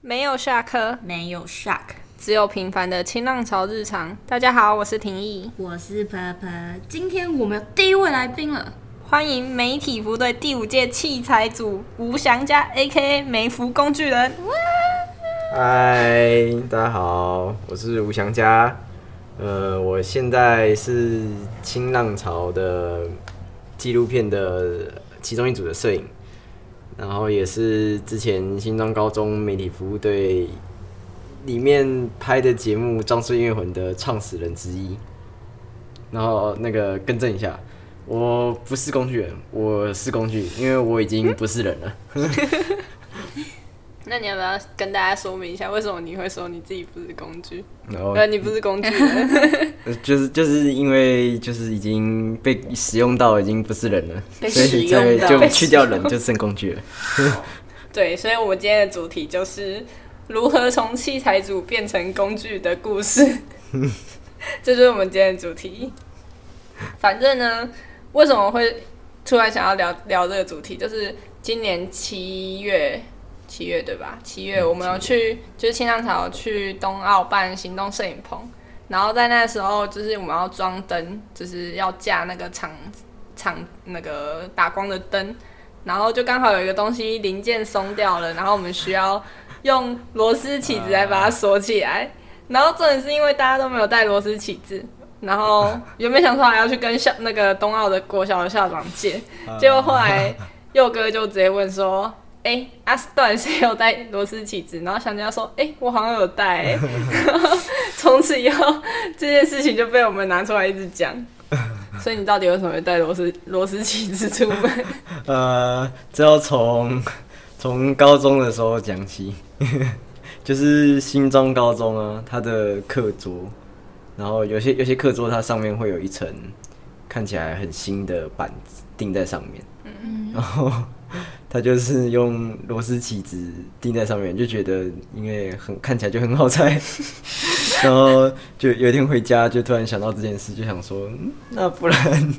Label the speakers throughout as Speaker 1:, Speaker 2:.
Speaker 1: 没有下课，
Speaker 2: 没有 shark。
Speaker 1: 只有平凡的清浪潮日常。大家好，我是廷义，
Speaker 2: 我是婆婆，今天我们有第一位来宾了。
Speaker 1: 欢迎媒体服队第五届器材组吴祥佳 A.K.A 梅服工具人。
Speaker 3: 嗨，大家好，我是吴祥佳。呃，我现在是新浪潮的纪录片的其中一组的摄影，然后也是之前新庄高中媒体服务队里面拍的节目《装饰音乐魂》的创始人之一。然后那个更正一下，我不是工具人，我是工具，因为我已经不是人了。
Speaker 1: 那你要不要跟大家说明一下，为什么你会说你自己不是工具？
Speaker 3: 然后
Speaker 1: 呃，你不是工具人，
Speaker 3: 呃 就是就是因为就是已经被使用到已经不是人了，
Speaker 2: 被
Speaker 3: 所以
Speaker 2: 使用到
Speaker 3: 就
Speaker 2: 被
Speaker 3: 去掉人就剩工具了。
Speaker 1: 对，所以我们今天的主题就是如何从器材组变成工具的故事，这就是我们今天的主题。反正呢，为什么会突然想要聊聊这个主题？就是今年七月，七月对吧？七月我们有去，就是青浪潮去冬奥办行动摄影棚，然后在那时候就是我们要装灯，就是要架那个场场那个打光的灯，然后就刚好有一个东西零件松掉了，然后我们需要用螺丝起子来把它锁起来。然后重点是因为大家都没有带螺丝起子，然后原本想说还要去跟校那个冬奥的国小的校长借，结果后来佑哥就直接问说。哎、阿斯顿谁有带螺丝起子？然后香蕉说：“哎、我好像有带、欸。” 然后从此以后，这件事情就被我们拿出来一直讲。所以你到底为什么会带螺丝螺丝起子出门？
Speaker 3: 呃，这要从从高中的时候讲起， 就是新庄高中啊，它的课桌，然后有些有些课桌它上面会有一层看起来很新的板子钉在上面，然后 它就是用螺丝起子钉在上面，就觉得因为很看起来就很好拆， 然后就有一天回家就突然想到这件事，就想说，嗯那不然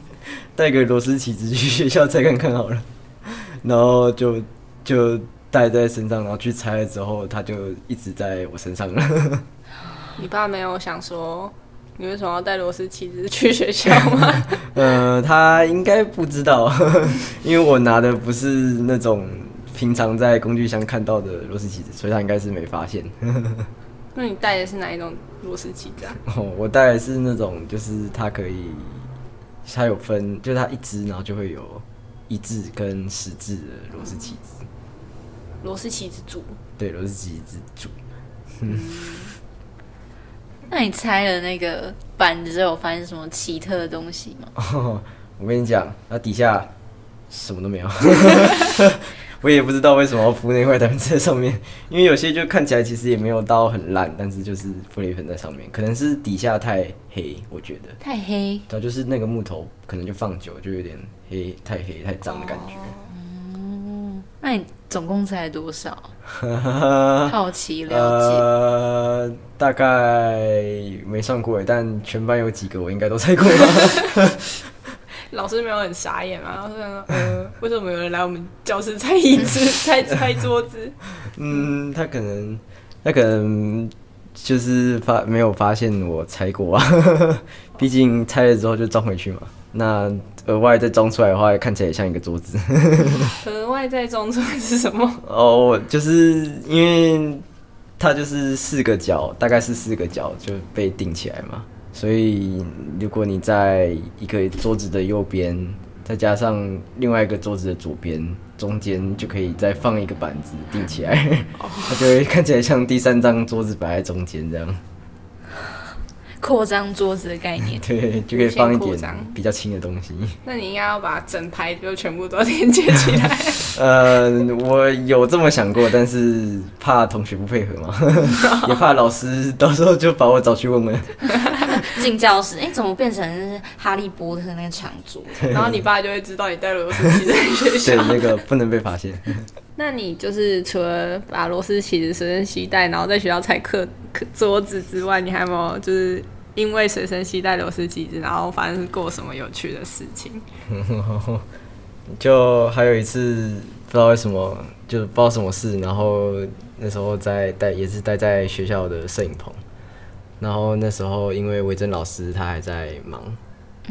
Speaker 3: 带个螺丝起子去学校拆看看好了， 然后就就带在身上，然后去拆了之后，它就一直在我身上了。
Speaker 1: 你爸没有想说你为什么要带螺丝起子去学校 吗？
Speaker 3: 呃，他应该不知道， 因为我拿的不是那种平常在工具箱看到的螺丝起子，所以他应该是没发现。
Speaker 1: 那你带的是哪一种螺丝起子啊？
Speaker 3: 哦，我带的是那种，就是它可以，它有分，就是它一只，然后就会有一字跟十字的螺丝起子，
Speaker 1: 螺丝起子组。
Speaker 3: 对，螺丝起子组。
Speaker 2: 那你拆了那个板子之后，有发现什么奇特的东西吗？
Speaker 3: 哦， 我跟你讲，那底下什么都没有，我也不知道为什么要敷那块粉在上面，因为有些就看起来其实也没有到很烂，但是就是敷了一粉在上面，可能是底下太黑，我觉得，
Speaker 2: 太黑，
Speaker 3: 它啊就是那个木头可能就放久就有点黑，太黑太脏的感觉。
Speaker 2: 那你总共拆了多少？好奇了
Speaker 3: 呃，大概没上过耶，但全班有几个我应该都猜过吧。
Speaker 1: 老师没有很傻眼嘛？老师想说，呃，为什么有人来我们教室拆椅子、 拆拆桌子？
Speaker 3: 嗯，他可能，他可能就是发没有发现我拆过啊， 毕竟拆了之后就装回去嘛。那额外再装出来的话，看起来也像一个桌子。
Speaker 1: 额外再装出来是什么？
Speaker 3: 哦，就是因为它就是四个角，大概是四个角就被钉起来嘛，所以如果你在一个桌子的右边，再加上另外一个桌子的左边，中间就可以再放一个板子钉起来，它就会看起来像第三张桌子摆在中间这样，。
Speaker 2: 解，扩张桌子的概 念
Speaker 3: 对，就可以放一
Speaker 1: 无限扩
Speaker 3: 点
Speaker 1: 张
Speaker 3: 比较轻的东西。
Speaker 1: 那你应该要把整排就全部都连接起 来。
Speaker 3: 呃，我有这么想过，但是怕同学不配合嘛， 也怕老师到时候就把我找去问问。
Speaker 2: 进教室，哎、怎么变成哈利波特那个长 桌？
Speaker 1: 然后你爸就会知道你带螺丝起子去学
Speaker 3: 对，
Speaker 1: 校。
Speaker 3: 那个不能被发现。
Speaker 1: 那你就是除了把螺丝起子随身携带，然后在学校踩课课桌子之外，你还有没有就是因为随身携带螺丝起子，然后发生过什么有趣的事情？
Speaker 3: 就还有一次不知道为什么，就是不知道什么事，然后那时候在待也是待在学校的摄影棚，然后那时候因为维珍老师他还在忙，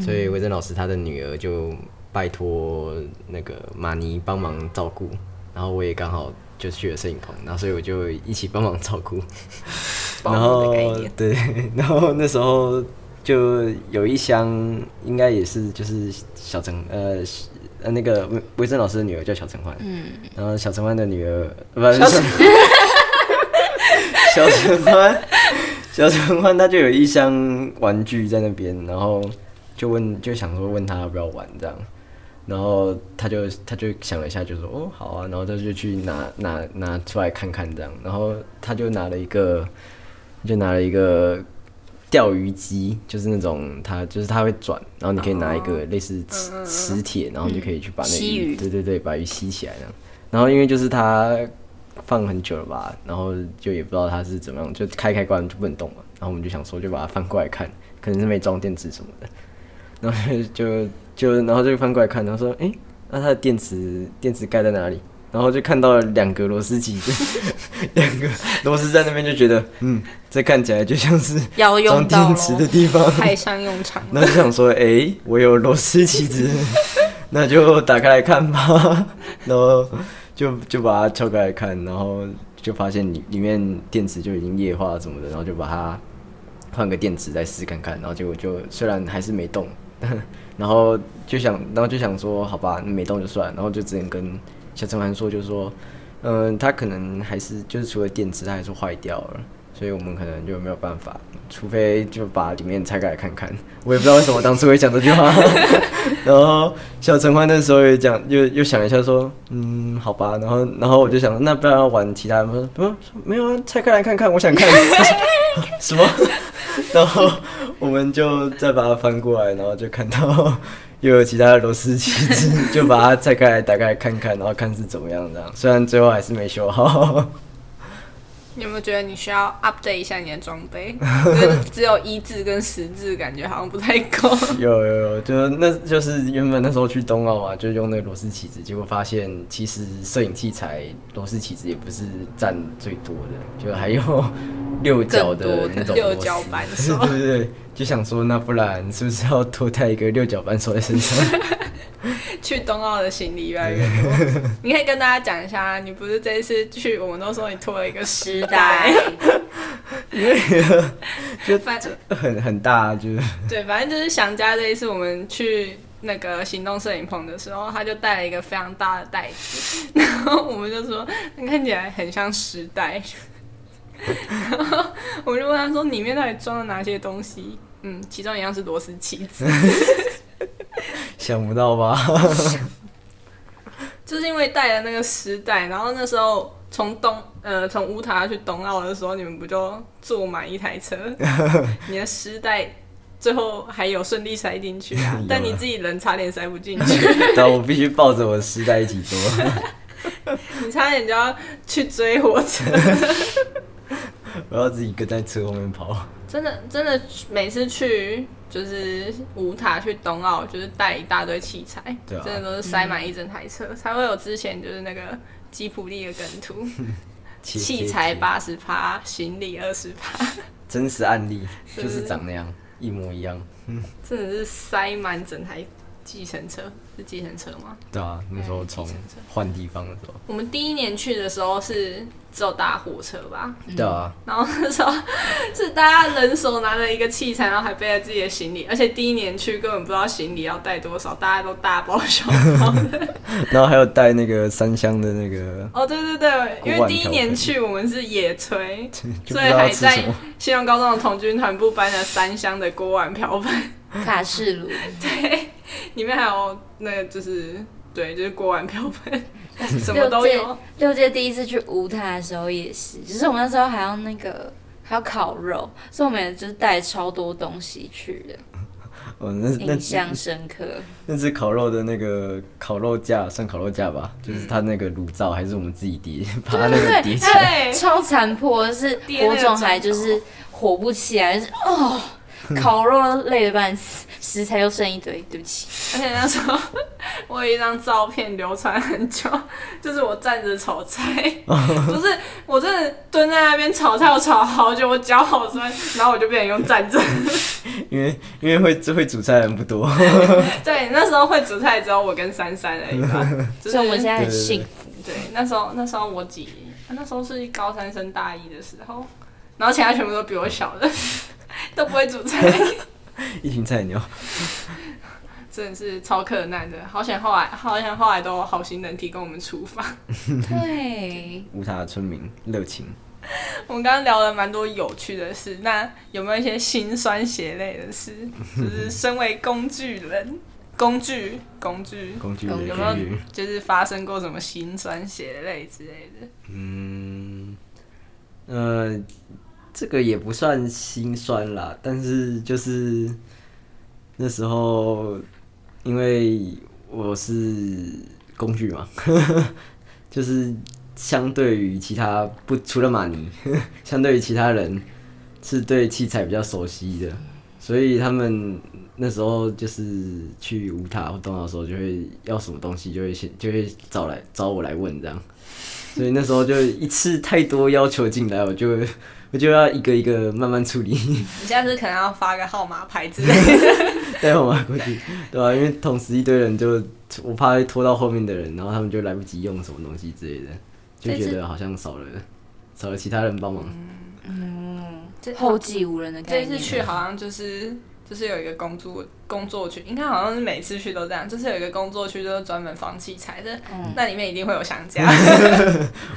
Speaker 3: 所以维珍老师他的女儿就拜托那个马尼帮忙照顾，然后我也刚好就去了摄影棚，然后所以我就一起帮忙照顾，
Speaker 1: 保
Speaker 3: 然
Speaker 1: 姆
Speaker 3: 后
Speaker 1: 的概念。
Speaker 3: 对， 然后那时候就有一箱，应该也是就是小陈呃呃那个维维珍老师的女儿叫小陈焕，嗯，然后小陈焕的女儿不是小 小陈焕，小陈焕他就有一箱玩具在那边，然后就问就想说问他要不要玩这样。然后他就他就想了一下，就说哦好啊，然后他就去拿拿拿出来看看这样，然后他就拿了一个，就拿了一个钓鱼机，就是那种它就是它会转，然后你可以拿一
Speaker 2: 哦
Speaker 3: 个类似磁磁铁，然后你就可以去把那
Speaker 2: 嗯吸鱼
Speaker 3: 对对对，把鱼吸起来这样。然后因为就是它放很久了吧，然后就也不知道它是怎么样，就开开关就不能动了。然后我们就想说就把它翻过来看，可能是没装电池什么的。然后就就然后就翻过来看，然后说，诶，那它的电池电池盖在哪里？然后就看到了两个螺丝起， 两个螺丝在那边，就觉得，嗯，这看起来就像是
Speaker 2: 要
Speaker 3: 装
Speaker 2: 用到
Speaker 3: 电池的
Speaker 2: 咯
Speaker 3: 地方。
Speaker 1: 派上用场了。
Speaker 3: 然后就想说，诶，我有螺丝起子， 那就打开来看吧。然后就就把它撬开来看，然后就发现里里面电池就已经液化什么的，然后就把它换个电池再试看看。然后结果就虽然还是没动， 然后就想，然后就想说，好吧，没动就算了，然后就只能跟小陈涵说，就是说，嗯、他可能还是就是除了电池，它还是坏掉了，所以我们可能就没有办法，除非就把里面拆开来看看。 我也不知道为什么当初会讲这句话。然后小陈欢那时候也讲，又又想一下说，嗯，好吧，然后然后我就想，那不然要玩其他的吗？不，说没有啊，拆开来看看，我 想看。他说什么？然后我们就再把它翻过来，然后就看到 又有其他的螺丝起子，就把它拆开来打开来看看，然后看是怎么样这样。虽然最后还是没修好，
Speaker 1: 你有没有觉得你需要 update 一下你的装备？就是只有一字跟十字，感觉好像不太够。
Speaker 3: 有有有，就那就是原本那时候去冬奥嘛，就用那个螺丝起子，结果发现其实摄影器材螺丝起子也不是占最多的，就还有 六角的那种
Speaker 1: 更多的六
Speaker 3: 螺丝
Speaker 1: 角 扳手
Speaker 3: 对对对，就想说那不然是不是要多带一个六角扳手在身上？
Speaker 1: 去冬奥的行李越来越 多，你可以跟大家讲一下，你不是这一次去，我们都说你拖了一个
Speaker 2: 时
Speaker 1: 时
Speaker 2: 代，
Speaker 1: 代，
Speaker 3: 就
Speaker 1: 反正
Speaker 3: 很很大，就是
Speaker 1: 对，反正就是祥家这一次我们去那个行动摄影棚的时候，他就带了一个非常大的袋子，然后我们就说那看起来很像时代，然后我们就问他说里面到底装了哪些东西？嗯，其中一样是螺丝起子，
Speaker 3: 想不到吧？
Speaker 1: 就是因为带了那个时代，然后那时候从东呃从乌塔去东澳的时候，你们不就坐满一台车？ 你的时代最后还有顺利塞进去啊
Speaker 3: 有啊，
Speaker 1: 但你自己人差点塞不进去，
Speaker 3: 对啊，我必须抱着我的丝带一起做，
Speaker 1: 你差点就要去追火车。
Speaker 3: 我要自己跟在车后面跑。
Speaker 1: 真的真的每次去就是五塔去东澳，就是带一大堆器材，
Speaker 3: 对啊
Speaker 1: 真的都是塞满一整台车，才会有之前就是那个吉普力的梗图，
Speaker 3: 切
Speaker 1: 器
Speaker 3: 切
Speaker 1: 材
Speaker 3: 切
Speaker 1: 八十趴，行李二十趴，
Speaker 3: 真实案例
Speaker 1: 是
Speaker 3: 就是长那样，一模一样。
Speaker 1: 真的是塞满整台计程车，是计程车吗？
Speaker 3: 对啊，那时候从换地方的时候，
Speaker 1: 我们第一年去的时候是只有搭火车吧，
Speaker 3: 对啊，
Speaker 1: 然后那时候是大家人手拿着一个器材，然后还背着自己的行李，而且第一年去根本不知道行李要带多少，大家都大包小包。
Speaker 3: 然后还有带那个三箱的那个，
Speaker 1: 哦，对对对，因
Speaker 3: 锅碗
Speaker 1: 为第一
Speaker 3: 瓢
Speaker 1: 年
Speaker 3: 盆
Speaker 1: 去我们是野炊，
Speaker 3: 就不
Speaker 1: 所
Speaker 3: 知
Speaker 1: 以
Speaker 3: 道
Speaker 1: 还
Speaker 3: 要吃什
Speaker 1: 在
Speaker 3: 么。
Speaker 1: 西洋高中的童军团部搬了三箱的锅碗瓢盆，
Speaker 2: 卡式 炉，
Speaker 1: 里面还有那个就是对，就是锅碗瓢盆， 什么都有。
Speaker 2: 六届第一次去乌塔的时候也是，只是我们那时候还要那个还要烤肉，所以我们也就是带超多东西去的，
Speaker 3: 哦，那那
Speaker 2: 印象深刻。
Speaker 3: 那只烤肉的那个烤肉架算烤肉架吧，
Speaker 1: 嗯
Speaker 3: 就是它那个炉灶还是我们自己 叠，把它那个叠起来。
Speaker 1: 对，
Speaker 2: 超残破，就是
Speaker 1: 跌那
Speaker 2: 火
Speaker 1: 个
Speaker 2: 种还
Speaker 1: 枕
Speaker 2: 就
Speaker 1: 头
Speaker 2: 是火不起来，就是哦，烤肉累得半死，食材又剩一堆，对不起。
Speaker 1: 而且那时候我有一张照片流传很久，就是我站着炒菜，不是我真的蹲在那边炒菜，我炒好久，我脚好酸，然后我就变成用站着。
Speaker 3: 因为因为会会煮菜的人不多，
Speaker 1: 对，那时候会煮菜只有我跟珊珊而已吧，就是
Speaker 2: 所以我们现在很
Speaker 3: 对对对
Speaker 2: 幸 福。
Speaker 1: 对那时候那时候我几，那时候是高三升大一的时候，然后其他全部都比我小的，都不会煮菜，
Speaker 3: 一群菜鸟。
Speaker 1: 真的是超困难的。好想后来好想后来都有好心人提供我们厨房。
Speaker 2: 对，
Speaker 3: 无他的村民热情。
Speaker 1: 我们刚刚聊了蛮多有趣的事，那有没有一些心酸血泪的 事？就是身为工具人，工具工具，
Speaker 3: 工具
Speaker 2: 工
Speaker 3: 人
Speaker 1: 有
Speaker 2: 具
Speaker 1: 没有
Speaker 3: 工具，
Speaker 1: 就是发生过什么心酸血泪之类的？
Speaker 3: 嗯，呃，这个也不算心酸啦，但是就是那时候，因为我是工具嘛， 就是相对于其他不除了马尼， 相对于其他人是对器材比较熟悉的，所以他们那时候就是去舞塔活动的时候，就会要什么东西，就会先就会找来找我来问这样。所以那时候就一次太多要求进来，我就 我就要一个一个慢慢处理，
Speaker 1: 你下次可能要发个号码牌之类的。
Speaker 3: 带我妈过去，对啊吧、因为同时一堆人就我怕会拖到后面的人，然后他们就来不及用什么东西之类的，就觉得好像少了少了其他人帮忙。
Speaker 2: 嗯，
Speaker 1: 这
Speaker 2: 后继无人的
Speaker 1: 这
Speaker 2: 概
Speaker 1: 一次
Speaker 2: 念。
Speaker 1: 去好像就是就是有一个工作工作区，应该好像是每次去都这样，就是有一个工作区就是专门放器材的，
Speaker 2: 嗯
Speaker 1: 那里面一定会有商家。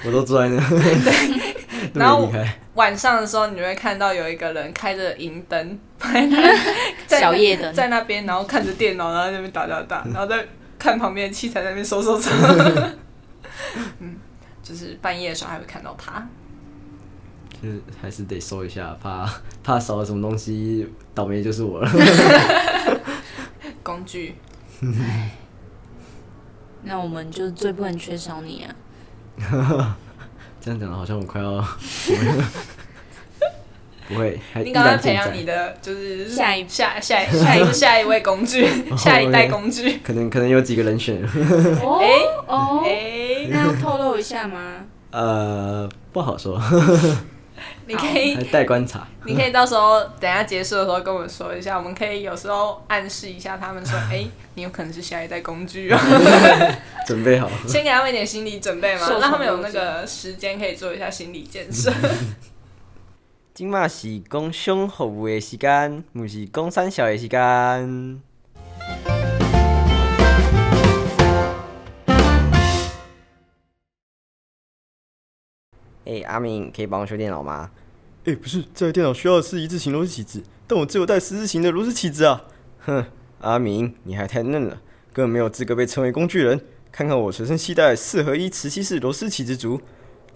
Speaker 3: 我都坐在 那，
Speaker 1: 然
Speaker 3: 那
Speaker 1: 后
Speaker 3: 么厉害，
Speaker 1: 晚上的时候，你就会看到有一个人开着银灯，在那
Speaker 2: 小夜灯
Speaker 1: 在那边，然后看着电脑，然后在那边打打打，然后再看旁边的器材在那边收 收收。嗯，就是半夜的时候还会看到他。
Speaker 3: 就是还是得收一下，怕怕少了什么东西，倒霉就是我了。
Speaker 1: 工具
Speaker 2: 那我们就最不能缺少你啊！
Speaker 3: 这样讲得好像我快要 不会，还
Speaker 1: 你
Speaker 3: 依
Speaker 1: 赶快
Speaker 3: 然
Speaker 1: 培
Speaker 3: 健
Speaker 1: 养
Speaker 3: 在
Speaker 1: 你。的，就是
Speaker 2: 下一
Speaker 1: 下下下 一下一位工具，下一代工具。
Speaker 3: 可能可能有几个人选，
Speaker 2: 哦
Speaker 1: 哎
Speaker 2: 哦，
Speaker 1: 哎，
Speaker 2: 那要透露一下吗？
Speaker 3: 呃，不好说，
Speaker 1: 你可以
Speaker 3: 还待观察。
Speaker 1: 你可以到时候等一下结束的时候跟我们说一下，我们可以有时候暗示一下他们说，哎、你有可能是下一代工具哦，
Speaker 3: 准备 好，
Speaker 1: 先给他们一点心理准备嘛
Speaker 2: 受，宠
Speaker 1: 让他们有那个时间可以做一下心理建设。
Speaker 3: 今嘛是讲胸服务的时间，毋是讲三小的时间。哎、阿明，可以帮我修电脑吗？
Speaker 4: 哎，不是，这台电脑需要的是一字形螺丝起子，但我只有带十字形的螺丝起子啊。
Speaker 3: 哼，阿明，你还太嫩了。
Speaker 4: 根本没有资格被称为工具人。看看我随身携带四合一磁吸式螺丝起子竹，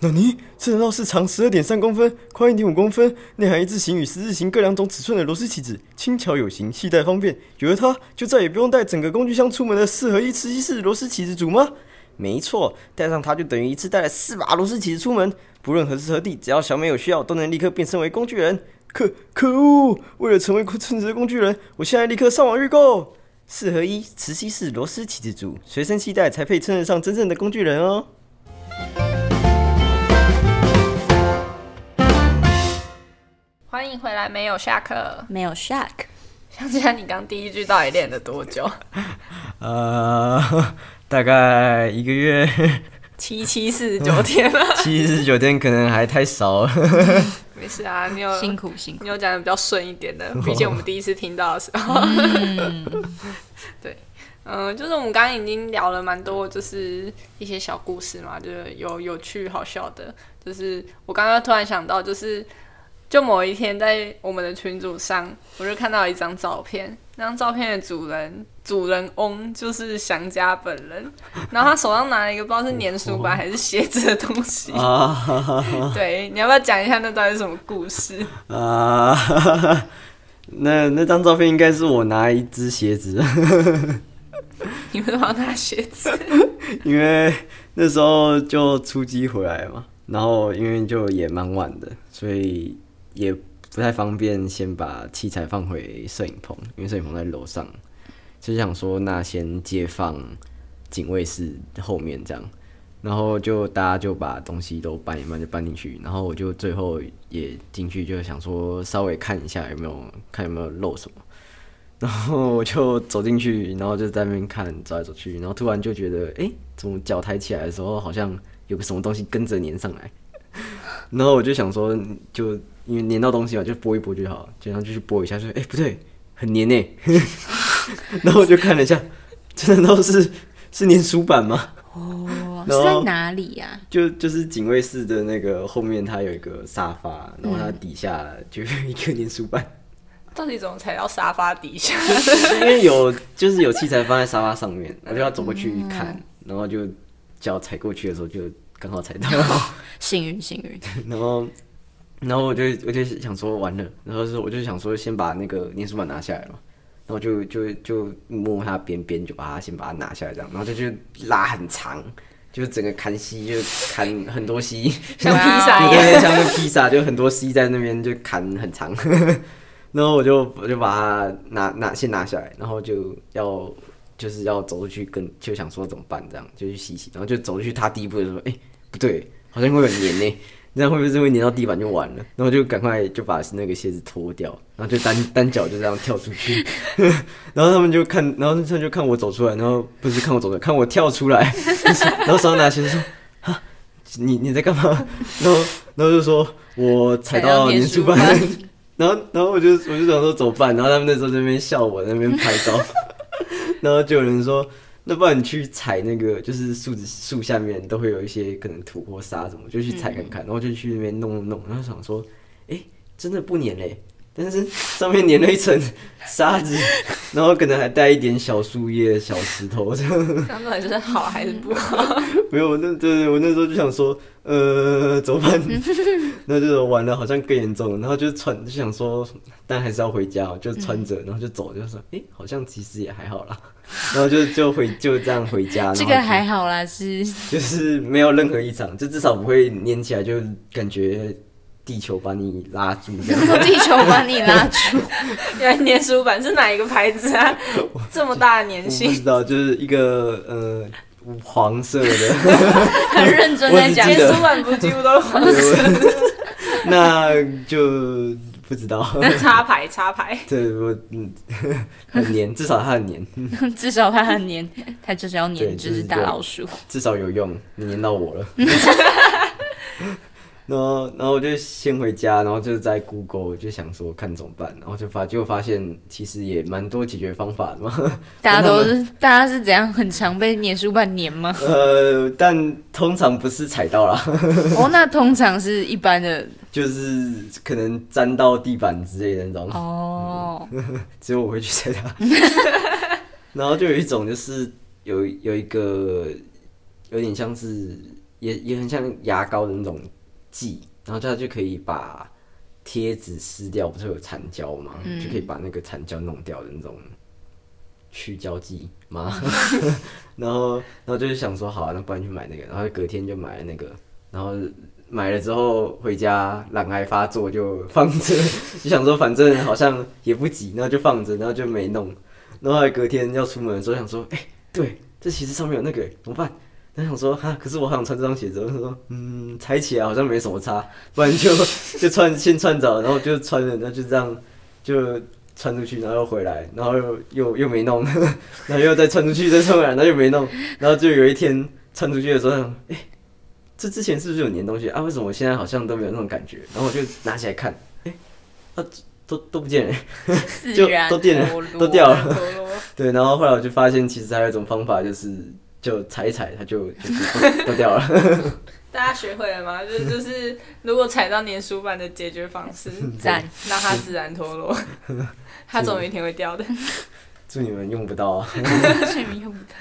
Speaker 4: 纳尼？这难道是长十二点三公分、宽一点五公分、内含一字形与十字形各两种尺寸的螺丝起子，轻巧有型，携带方便？有了它，就再也不用带整个工具箱出门的四合一磁吸式螺丝起子竹吗？没错，带上它就等于一次带了四把螺丝起子出门，不论何时何地，只要小美有需要，都能立刻变身为工具人。可可恶！为了成为称职的工具人，我现在立刻上网预购。四合一磁吸式螺丝起子组，随身携带才配称得上真正的工具人哦。
Speaker 1: 欢迎回来，没有下课。
Speaker 2: 没有 shark，
Speaker 1: 想起来你刚第一句到底练了多久？
Speaker 3: 呃，大概一个月
Speaker 1: 七七四十九天了，
Speaker 3: 七十九天，可能还太少了。
Speaker 1: 没事啊，你有
Speaker 2: 辛苦辛苦。
Speaker 1: 你有讲的比较顺一点的，毕竟我们第一次听到的时候。 对，嗯、就是我们刚刚已经聊了蛮多，就是一些小故事嘛，就是有有趣好笑的。就是我刚刚突然想到，就是就某一天在我们的群组上，我就看到一张照片，那张照片的主人主人翁就是祥家本人，然后他手上拿了一个不知道是粘鼠板还是鞋子的东西。
Speaker 3: 啊
Speaker 1: 对，你要不要讲一下那到底是什么故事？
Speaker 3: 啊！那那张照片应该是我拿一只鞋子，
Speaker 1: 你们帮他鞋子。
Speaker 3: 因为那时候就出击回来嘛，然后因为就也蛮晚的，所以也不太方便先把器材放回摄影棚，因为摄影棚在楼上，就想说那先借放警卫室后面这样，然后就大家就把东西都搬一搬就搬进去，然后我就最后也进去，就想说稍微看一下有没有看有没有漏什么，然后 我就走进去，然后就在那边看走来走去，然后突然就觉得，诶，怎么脚抬起来的时候好像有个什么东西跟着粘上来， 然后我就想说，就因为粘到东西嘛，就拨一拨就好，就然后就去拨一下，就诶，不对，很粘呢、 然后我就看了一下，真的都是是粘书板吗？
Speaker 2: 哦，
Speaker 3: 然
Speaker 2: 是
Speaker 3: 后
Speaker 2: 在哪里啊呀、
Speaker 3: 就就是警卫室的那个后面，它有一个沙发，然后它底下就有一个粘鼠板，
Speaker 1: 到底怎么踩到沙发底下？
Speaker 3: 因为有就是有器材放在沙发上面，我就要走过去看，然后就脚踩过去的时候就刚好踩到，
Speaker 2: 幸运幸运，
Speaker 3: 然后然后我就我就想说完了，然后是我就想说先把那个粘鼠板拿下来嘛，然后就就就摸它边边，就把它先把它拿下来这样，然后就就拉很长，就整个砍西就砍很多西，
Speaker 1: 像披萨
Speaker 3: 对啊
Speaker 1: 一样。
Speaker 3: 对对，像那披萨就很多 C 在那边就砍很长， 然后我就我就把它拿拿先拿下来，然后就要就是要走出去跟就想说怎么办这样就去洗洗，然后就走出去踏第一步的时候，哎、不对，好像会有黏呢、这样会不会是会黏到地板就完了？然后就赶快就把那个鞋子脱掉，然后就单单脚就这样跳出去， 然后他们就看，然后他们就看我走出来，然后不是看我走出来，看我跳出来， 然后手上拿鞋子说：“你你在干嘛？”然后然后就说：“我踩到
Speaker 2: 粘
Speaker 3: 粘
Speaker 2: 鼠
Speaker 3: 鼠板。” 然后然后我就我就想说怎么办？然后他们那时候在那边笑我，在那边拍照，然后就有人说。那不然你去踩那个，就是树子树下面都会有一些可能土或沙什么，就去踩看看，然后就去那边弄弄弄，然后想说，哎、真的不粘嘞、但是上面粘了一层沙子，然后可能还带一点小树叶、小石头 这样。
Speaker 1: 他们就是好还是不好？
Speaker 3: 没有，我那对对，我那时候就想说，呃，怎 么办？那就玩了，好像更严重了。然后就穿，就想说，但还是要回家哦，
Speaker 2: 嗯
Speaker 3: 就穿着，然后就走，就说，哎、好像其实也还好啦。 然后就就回就这样回家。然后
Speaker 2: 这个
Speaker 3: 就
Speaker 2: 还好啦，是
Speaker 3: 就是没有任何异常，就至少不会粘起来，就感觉地球把你拉住这 样。
Speaker 2: 地球把你拉住，
Speaker 1: 原来粘鼠板是哪一个牌子啊？这么大的粘
Speaker 3: 我不
Speaker 1: 性，
Speaker 3: 知道，就是一个呃黄 色的，
Speaker 2: 很认真在讲
Speaker 1: 粘
Speaker 3: 我只记得
Speaker 1: 鼠板不几乎都是 黄色
Speaker 3: 那就不知道。
Speaker 1: 插牌插牌。
Speaker 3: 对，我嗯 很黏，至少它很黏，
Speaker 2: 至少它很黏，它就是要
Speaker 3: 对
Speaker 2: 黏这
Speaker 3: 就是
Speaker 2: 只大
Speaker 3: 这样
Speaker 2: 老鼠。
Speaker 3: 至少有用，你黏到我了。然后，然后我就先回家，然后就在 Google 就想说看怎么办，然后就发就发现其实也蛮多解决方法的嘛。
Speaker 2: 大家都是，大家是怎样？很常被粘鼠板粘 吗？
Speaker 3: 呃，但通常不是踩到啦，
Speaker 2: 哦，那通常是一般的
Speaker 3: 就是可能沾到地板之类的那种。
Speaker 2: 哦，
Speaker 3: 只有我会去踩它。然后就有一种就是有有一个有点像是也也很像牙膏的那种剂，然后它就可以把贴纸撕掉，不是有残胶吗？就可以把那个残胶弄掉的那种去胶剂吗？ 然后然后就是想说好、啊，那不然去买那个，然后隔天就买了那个，然后。买了之后回家，懒癌发作就放着，就想说反正好像也不急，然后就放着，然后就没弄。然后后来隔天要出门的时候，想说，哎、对，这鞋子上面有那个，怎么办？然后想说，哈，可是我好想穿这双鞋子。我就说，嗯，踩起来好像没什么差，不然就 就穿先穿着，然后就穿了，然后就这样就穿出去，然后又回来，然后又又又没弄， 然后又再穿出去，再穿回来，然后又没弄，然后就有一天穿出去的时候，哎、这之前是不是有粘东西啊？为什么我现在好像都没有那种感觉？然后我就拿起来看，哎、啊，都都不见了。
Speaker 2: 自
Speaker 3: 就
Speaker 2: 然
Speaker 3: 都掉了
Speaker 2: 脱落
Speaker 3: 都掉了
Speaker 1: 陀螺
Speaker 3: 对，然后后来我就发现，其实还有一种方法，就是就踩一踩，它就就是 都掉了。
Speaker 1: 大家学会了吗？就就是，如果踩到粘鼠板的解决方 式，
Speaker 2: 赞，
Speaker 1: 让它自然脱落，它总有一天会掉的。
Speaker 3: 祝你们用不到啊！
Speaker 2: 睡眠用不到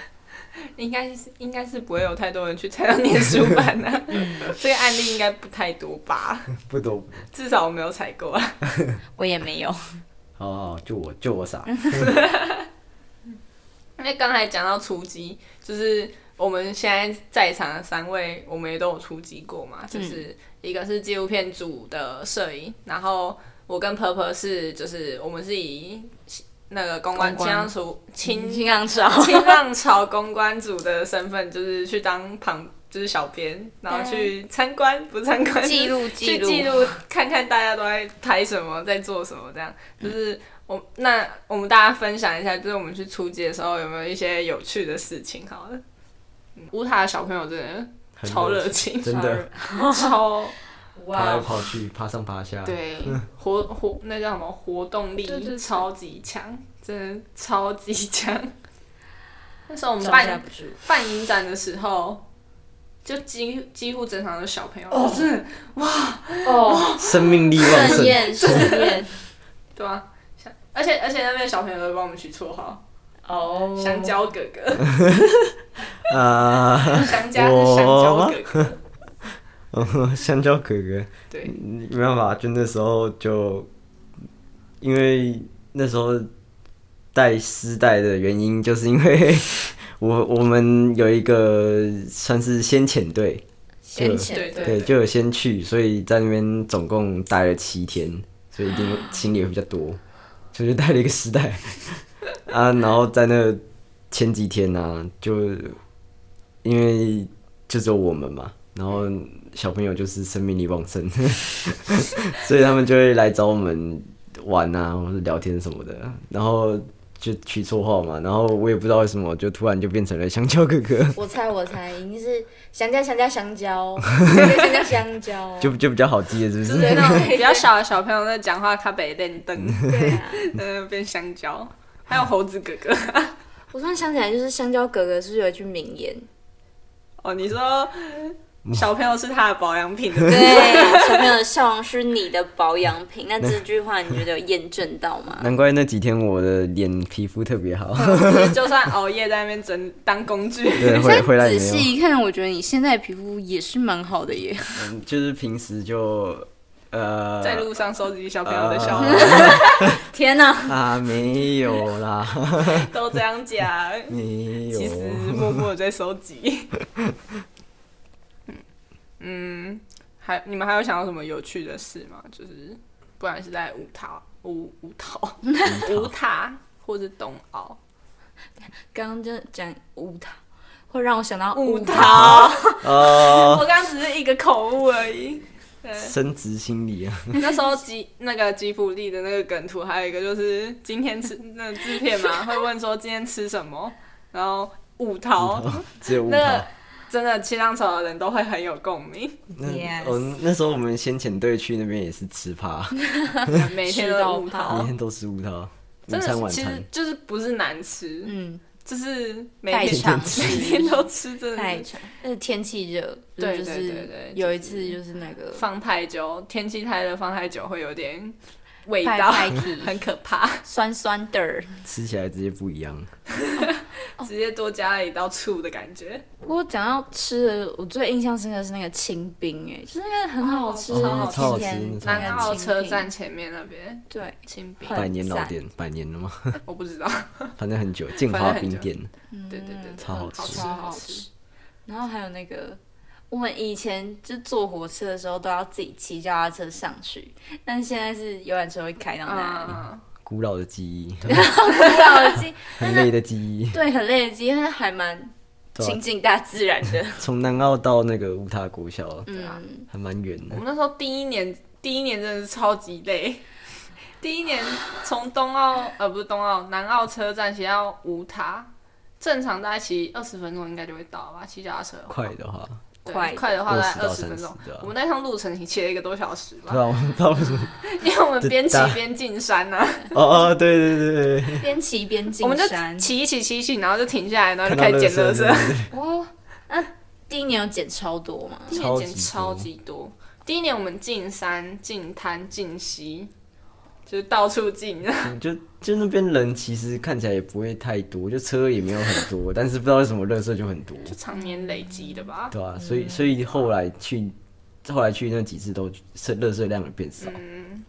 Speaker 1: 应该是应该是不会有太多人去踩到粘鼠板的、啊 这个案例应该不太多吧？
Speaker 3: 不懂，
Speaker 1: 至少我没有踩过啊。
Speaker 2: 我也没 有。
Speaker 3: 好好，好就我就我
Speaker 1: 嗯
Speaker 3: 傻。
Speaker 1: 因为刚才讲到出击，就是我们现在在场的三位，
Speaker 2: 嗯
Speaker 1: 我们也都有出击过嘛，就是一个是纪录片组的摄影，然后。我跟 Purple 是就是我们是以那个公关清
Speaker 2: 公关嗯
Speaker 1: 浪组清
Speaker 2: 新浪潮，
Speaker 1: 新浪潮公关组的身份，就是去当旁就是小编，然后去参观，不是参观
Speaker 2: 记录
Speaker 1: 去
Speaker 2: 记录，
Speaker 1: 记录看看大家都在拍什么，在做什么，这样就是我那我们大家分享一下，就是我们去出街的时候有没有一些有趣的事情？好了，嗯乌塔的小朋友真的
Speaker 3: 很
Speaker 1: 超热情，
Speaker 3: 真的
Speaker 1: 超
Speaker 3: 跑来
Speaker 2: 哇，
Speaker 3: 跑去，爬上爬 下。
Speaker 1: 对活活那叫什么活动力
Speaker 2: 对对对
Speaker 1: 超级强，真的超级强。 那时候我们
Speaker 2: 招架
Speaker 1: 办
Speaker 2: 不住，
Speaker 1: 办影展的时候，就几几乎整场都是小朋友，哦，真的
Speaker 2: 哦，
Speaker 3: 生命力旺
Speaker 2: 盛
Speaker 3: 盛。
Speaker 2: 宴盛宴，
Speaker 1: 对啊，像而且而且那边的小朋友都帮我们取绰号，
Speaker 2: 哦，
Speaker 1: 香蕉哥哥，
Speaker 3: 啊，
Speaker 1: 香蕉是香蕉哥哥，
Speaker 3: 香蕉哥哥，
Speaker 1: 对
Speaker 3: 嗯没办法，就那时候就因为那时候带丝带的原因，就是因为 我我们有一个算是先遣队，
Speaker 2: 先前
Speaker 1: 对对
Speaker 3: 对，就有先去，所以在那边总共待了七天，所以一定行李会比较多，所以就带了一个丝带 啊，然后在那前几天呢、啊就因为就只有我们嘛，然后小朋友就是生命力旺盛， 所以他们就会来找我们玩啊，或者聊天什么的，然后就取绰号嘛，然后我也不知道为什么，就突然就变成了香蕉哥哥，
Speaker 2: 我猜我猜一定是香蕉香蕉香 蕉香蕉香蕉，
Speaker 3: 就就比较好记了，是不？
Speaker 1: 就是 是那种比较小的小朋友在讲话，他被练灯，
Speaker 2: 对啊。
Speaker 1: 嗯，变香蕉，还有猴子哥哥。
Speaker 2: 我突然想起来，就是香蕉哥哥是不是有一句名言？
Speaker 1: 哦，你说小朋友是他的保养品，
Speaker 2: 对， 小朋友的笑容是你的保养品。那这句话你觉得有验证到 吗？
Speaker 3: 难怪那几天我的脸皮肤特别 好，
Speaker 1: 就是就算熬夜在那边整当工具，
Speaker 3: 对，回回来也没有，
Speaker 2: 一看，我觉得你现在皮肤也是蛮好的耶。
Speaker 3: 嗯就是平时就呃
Speaker 1: 在路上收集小朋友的笑话，
Speaker 3: 呃
Speaker 2: 天哪，
Speaker 3: 啊没有啦，
Speaker 1: 都这样讲。
Speaker 3: 没有
Speaker 1: 其，实 默默地在收集。嗯，还你们还有想到什么有趣的事吗？就是不管是在五塔、五五塔、五塔，或是东澳、
Speaker 2: 刚刚就讲舞蹈，会让我想到
Speaker 1: 五
Speaker 2: 舞蹈。
Speaker 1: 塔，
Speaker 3: 哦，
Speaker 1: 我刚只是一个口误而已。对，
Speaker 3: 升职心理啊，
Speaker 1: 那时候吉那个吉普力的那个梗图，还有一个就是今天吃那个制片嘛，会问说今天吃什么，然后五桃，
Speaker 3: 只有五
Speaker 1: 那个
Speaker 3: 套。
Speaker 1: 真的七浪潮的人都会很有共鸣，
Speaker 3: 那
Speaker 2: Yes
Speaker 3: 哦，那时候我们先遣队去那边也是吃趴，
Speaker 1: 每天
Speaker 2: 吃
Speaker 1: 都
Speaker 2: 到
Speaker 1: 五
Speaker 2: 好
Speaker 1: 桃
Speaker 3: 每。天都吃五套，午
Speaker 1: 真
Speaker 3: 餐
Speaker 1: 的
Speaker 3: 晚
Speaker 1: 是，其实
Speaker 3: 餐，
Speaker 1: 就是不是难吃，
Speaker 2: 嗯，
Speaker 1: 就是每
Speaker 2: 太
Speaker 1: 天
Speaker 2: 常吃
Speaker 1: 每天都吃，真
Speaker 2: 太
Speaker 1: 的是
Speaker 2: 长，而且天气热，
Speaker 1: 对
Speaker 2: 就
Speaker 1: 对对
Speaker 2: 是
Speaker 1: 对
Speaker 2: 有一次就是那个
Speaker 1: 放太久，天气太热放太久会有点味
Speaker 2: 派
Speaker 1: 道，
Speaker 2: 派体
Speaker 1: 很可怕，
Speaker 2: 酸酸的儿。
Speaker 3: 吃起来直接不一样。
Speaker 2: 哦
Speaker 1: 直接多加了一道醋的感觉，
Speaker 2: 不过讲到吃的，我最印象深刻的是那个清冰，哎，就是那个很好吃，
Speaker 1: 哦超
Speaker 2: 然后
Speaker 1: 好吃
Speaker 3: 超好吃
Speaker 2: 今天
Speaker 3: 真的
Speaker 1: 南
Speaker 3: 超
Speaker 1: 澳
Speaker 2: 好吃
Speaker 1: 车站前面那边
Speaker 2: 对，
Speaker 1: 清冰，
Speaker 2: 很
Speaker 3: 百年老
Speaker 2: 赞
Speaker 3: 店，百年了吗？
Speaker 1: 我不知道，
Speaker 3: 反正很久，建
Speaker 1: 反
Speaker 3: 华
Speaker 1: 正很
Speaker 3: 冰
Speaker 1: 久
Speaker 3: 店，
Speaker 1: 对对对，
Speaker 3: 嗯超好
Speaker 1: 好
Speaker 3: 吃
Speaker 1: 好
Speaker 2: 嗯超
Speaker 1: 好
Speaker 2: 好吃。然后还有那个，我们以前就坐火车的时候都要自己骑脚踏车上去，但是现在是游览车会开到那里，
Speaker 1: 啊！
Speaker 3: 古老的记 忆，
Speaker 2: 不
Speaker 1: 嗯
Speaker 2: 要记，
Speaker 3: 很累的记忆。
Speaker 2: 对，很累的，因为还蛮
Speaker 3: 对啊
Speaker 2: 亲近大自然的。
Speaker 3: 从南澳到那个乌塔国小，
Speaker 1: 啊
Speaker 2: 嗯，
Speaker 3: 还蛮远
Speaker 1: 我
Speaker 3: 的
Speaker 1: 们。那时候第一年，第一年真的是超级累。 第一年从东澳呃不是东澳南澳车站骑到五塔，正常大概骑二十分钟应该就会到吧，骑脚踏车的话
Speaker 3: 快的话，
Speaker 1: 对
Speaker 2: 快
Speaker 1: 快的话啊大概
Speaker 3: 20
Speaker 1: 二
Speaker 3: 到
Speaker 1: 十分钟
Speaker 3: 30对啊。
Speaker 1: 我们那趟路程骑了一个多小时
Speaker 3: 对
Speaker 1: 吧，
Speaker 3: 吧？我们到处，
Speaker 1: 因为我们边骑
Speaker 3: 对
Speaker 1: 边进山呢、啊，
Speaker 3: 哦哦，对对对对，
Speaker 2: 边骑边进
Speaker 1: 我们就
Speaker 2: 山。
Speaker 1: 骑一骑骑一骑，然后就停下来，然后
Speaker 3: 看
Speaker 1: 就
Speaker 3: 到
Speaker 1: 开始捡垃
Speaker 3: 垃
Speaker 1: 圾。
Speaker 3: 圾，
Speaker 2: 哦，那第一年有减超多嘛？
Speaker 1: 第一年捡
Speaker 3: 超
Speaker 1: 超
Speaker 3: 级
Speaker 1: 级多。第一年我们进山、进滩、进溪，就是到处进。
Speaker 3: 就就那边人其实看起来也不会太多，就车也没有很多，但是不知道为什么垃圾就很多，
Speaker 1: 就常年累积的吧。
Speaker 3: 对吧、所以所以后来去后来去那几次都是垃圾量也变少，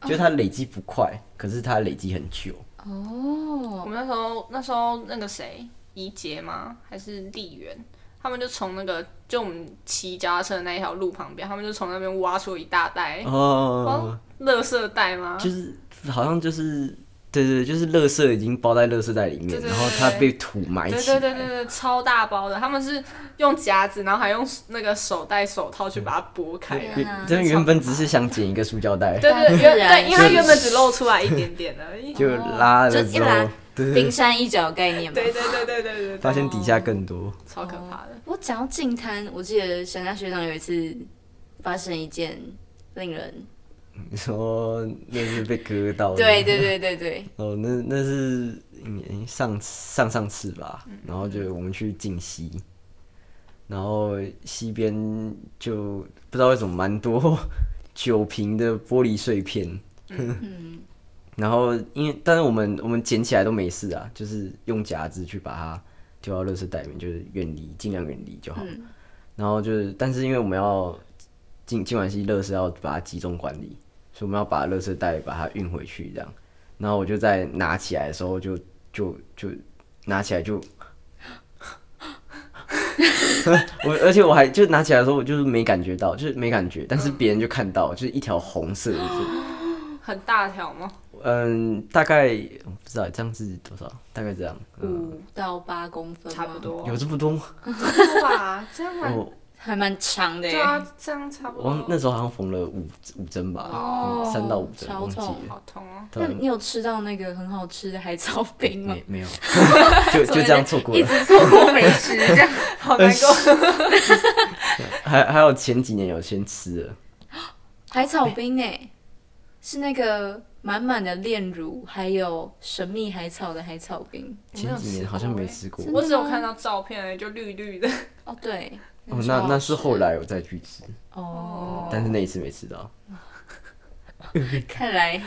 Speaker 3: 就它累积不快，可是它累积很久。
Speaker 2: 哦，
Speaker 1: 我们那时候那时候那个谁，怡杰吗？还是丽媛？他们就从那个就我们骑脚踏车的那一条路旁边，他们就从那边挖出一大袋
Speaker 3: 哦，
Speaker 1: 垃圾袋吗？
Speaker 3: 就是好像就是。对对，对就是垃圾已经包在垃圾袋里
Speaker 1: 对
Speaker 3: 面，
Speaker 1: 对
Speaker 3: 然后它被土埋
Speaker 1: 对
Speaker 3: 起
Speaker 1: 对
Speaker 3: 来。
Speaker 1: 对对对，超大包的，他们是用夹子，然后还用那个手戴手套
Speaker 3: 嗯
Speaker 1: 去把它拨开。
Speaker 2: 对
Speaker 3: 原
Speaker 2: 天啊
Speaker 3: 真的原本只是想捡一个塑胶袋，
Speaker 1: 对对
Speaker 2: 很
Speaker 1: 原
Speaker 2: 自然
Speaker 1: 对，因为它原本只露出来一点点而已。
Speaker 3: 就拉
Speaker 2: 就
Speaker 3: 了
Speaker 2: 一
Speaker 3: 之后，
Speaker 2: 拉
Speaker 3: 对 对对
Speaker 2: 冰山一角的概念嘛。
Speaker 1: 对对对对对对对，
Speaker 3: 发现底下更多。
Speaker 1: 超可怕的。
Speaker 2: 我讲到净滩，我记得沈佳学长有一次发生一件令人……
Speaker 3: 你说那是被割到的，
Speaker 2: 对对对对对，
Speaker 3: 哦，那那是嗯上上上次吧，
Speaker 2: 嗯
Speaker 3: 然后就我们去静溪，然后溪边就不知道为什么蛮多 酒瓶的玻璃碎片，
Speaker 2: 嗯，
Speaker 3: 然后因为但是我们我们捡起来都没事啊，就是用夹子去把它丢到垃圾袋里面，就是远离尽量远离就好。
Speaker 2: 嗯
Speaker 3: 然后就是，但是因为我们要进进完溪垃圾要把它集中管理，所以我们要把垃圾袋把它运回去这样。然后我就在拿起来的时候就就就拿起来就，我而且我还就拿起来的时候我就是没感觉到，就是没感觉，但是别人就看到，就是一条红色的就是
Speaker 1: 很大条吗？
Speaker 3: 嗯，大概我不知道这样是多少，大概这样，嗯，
Speaker 1: 五
Speaker 2: 到八公分，
Speaker 1: 差不，多，
Speaker 3: 有这么多吗？
Speaker 1: 吧？这样蛮
Speaker 3: 我
Speaker 2: 还蛮长的
Speaker 1: 对
Speaker 2: 耶。
Speaker 1: 啊，这样差不
Speaker 3: 哦我忘
Speaker 1: 多。
Speaker 3: 那时候好像缝了五五针吧，
Speaker 2: 哦
Speaker 3: 嗯三到五针，
Speaker 2: 超
Speaker 3: 忘记
Speaker 2: 痛
Speaker 3: 了。
Speaker 1: 好痛哦！
Speaker 2: 那
Speaker 3: 对，啊
Speaker 2: 你有吃到那个很好吃的海草冰吗
Speaker 3: 没？ 没有，就就这样错过
Speaker 2: 一
Speaker 3: 了。
Speaker 2: 直错过美食，这样
Speaker 1: 好难过。
Speaker 3: 还还有前几年有先吃了，
Speaker 2: 海草冰哎，是那个满满的炼乳，还有神秘海草的海草冰。
Speaker 3: 前几年好像没吃过。
Speaker 2: 欸真的
Speaker 1: 我只有看到照片而已，就绿绿的。
Speaker 2: 哦，对，
Speaker 3: 哦，
Speaker 2: 超
Speaker 3: 那
Speaker 2: 好
Speaker 3: 那是
Speaker 2: 吃
Speaker 3: 后来我再去吃，
Speaker 2: 哦，
Speaker 3: 但是那一次没吃到。
Speaker 2: 看来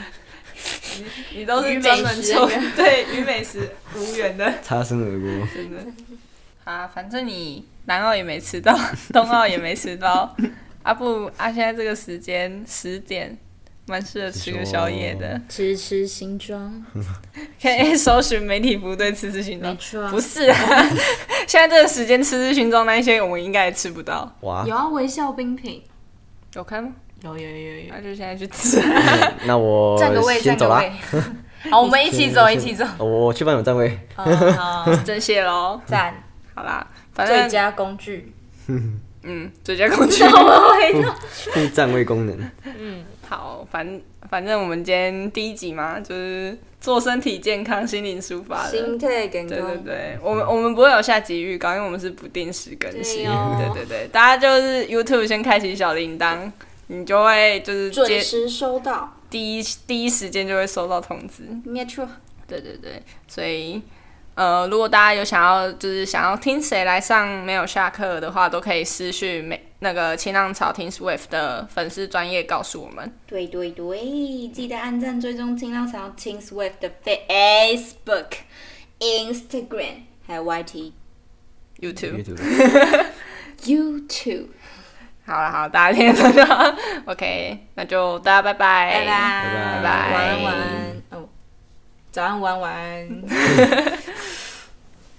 Speaker 1: 你都
Speaker 2: 与
Speaker 1: 是
Speaker 2: 美
Speaker 1: 专门
Speaker 2: 食
Speaker 1: 抽
Speaker 2: 那
Speaker 1: 对与美食无缘的，
Speaker 3: 擦身而过，
Speaker 1: 真的。啊，反正你南澳也没吃到， 东澳也没吃到，啊不啊，现在这个时间十点，蛮适合吃个宵夜的。
Speaker 2: 支持新装，
Speaker 1: 可以搜寻媒体部队吃吃寻
Speaker 2: 哦没
Speaker 1: 踪，
Speaker 2: 错啊
Speaker 1: 不，是啊， 现在这个时间吃吃寻踪那一些我们应该也吃不到，
Speaker 4: 哇，
Speaker 2: 有啊，微笑冰品，
Speaker 1: 有看吗？
Speaker 2: 有有有有
Speaker 1: 那就现在去吃。
Speaker 3: 那我
Speaker 2: 占个位，
Speaker 3: 哦先
Speaker 2: 占
Speaker 3: 走
Speaker 2: 个
Speaker 3: 啦。
Speaker 2: 位， 好，我们一起走，一起走，
Speaker 3: 哦我去帮你们占位。
Speaker 2: 好好，
Speaker 1: 真谢喽，
Speaker 2: 赞，
Speaker 1: 好啦，反
Speaker 2: 最
Speaker 1: 正
Speaker 2: 佳工具，
Speaker 1: 嗯，最佳 工具。
Speaker 3: 附占位功能，
Speaker 1: 好，反反正我们今天第一集嘛，就是做身体健康、心灵抒发的。
Speaker 2: 态感
Speaker 1: 对对对，我们我们不会有下集预告，因为我们是不定时更新。
Speaker 2: 对哦
Speaker 1: 对对对，大家就是 YouTube 先开启小铃铛，你就会就是
Speaker 2: 准
Speaker 1: 接
Speaker 2: 时收到，
Speaker 1: 第一第一时间就会收到通知。
Speaker 2: 没错，
Speaker 1: 对对对，所以呃，如果大家有想要就是想要听谁来上没有下课的话，都可以私讯美那个新浪潮听 Swift 的粉丝专业告诉我们。
Speaker 2: 对对对，记得按赞、追踪、听浪潮、听 Swift 的哎 Facebook、Instagram，还有 YT、
Speaker 1: YouTube，
Speaker 3: YouTube
Speaker 2: YouTube，
Speaker 1: 好了好，大家听得到，OK，那就大家拜拜，
Speaker 2: 拜拜
Speaker 3: 拜
Speaker 1: 拜
Speaker 2: 晚安晚安哦，早安晚安。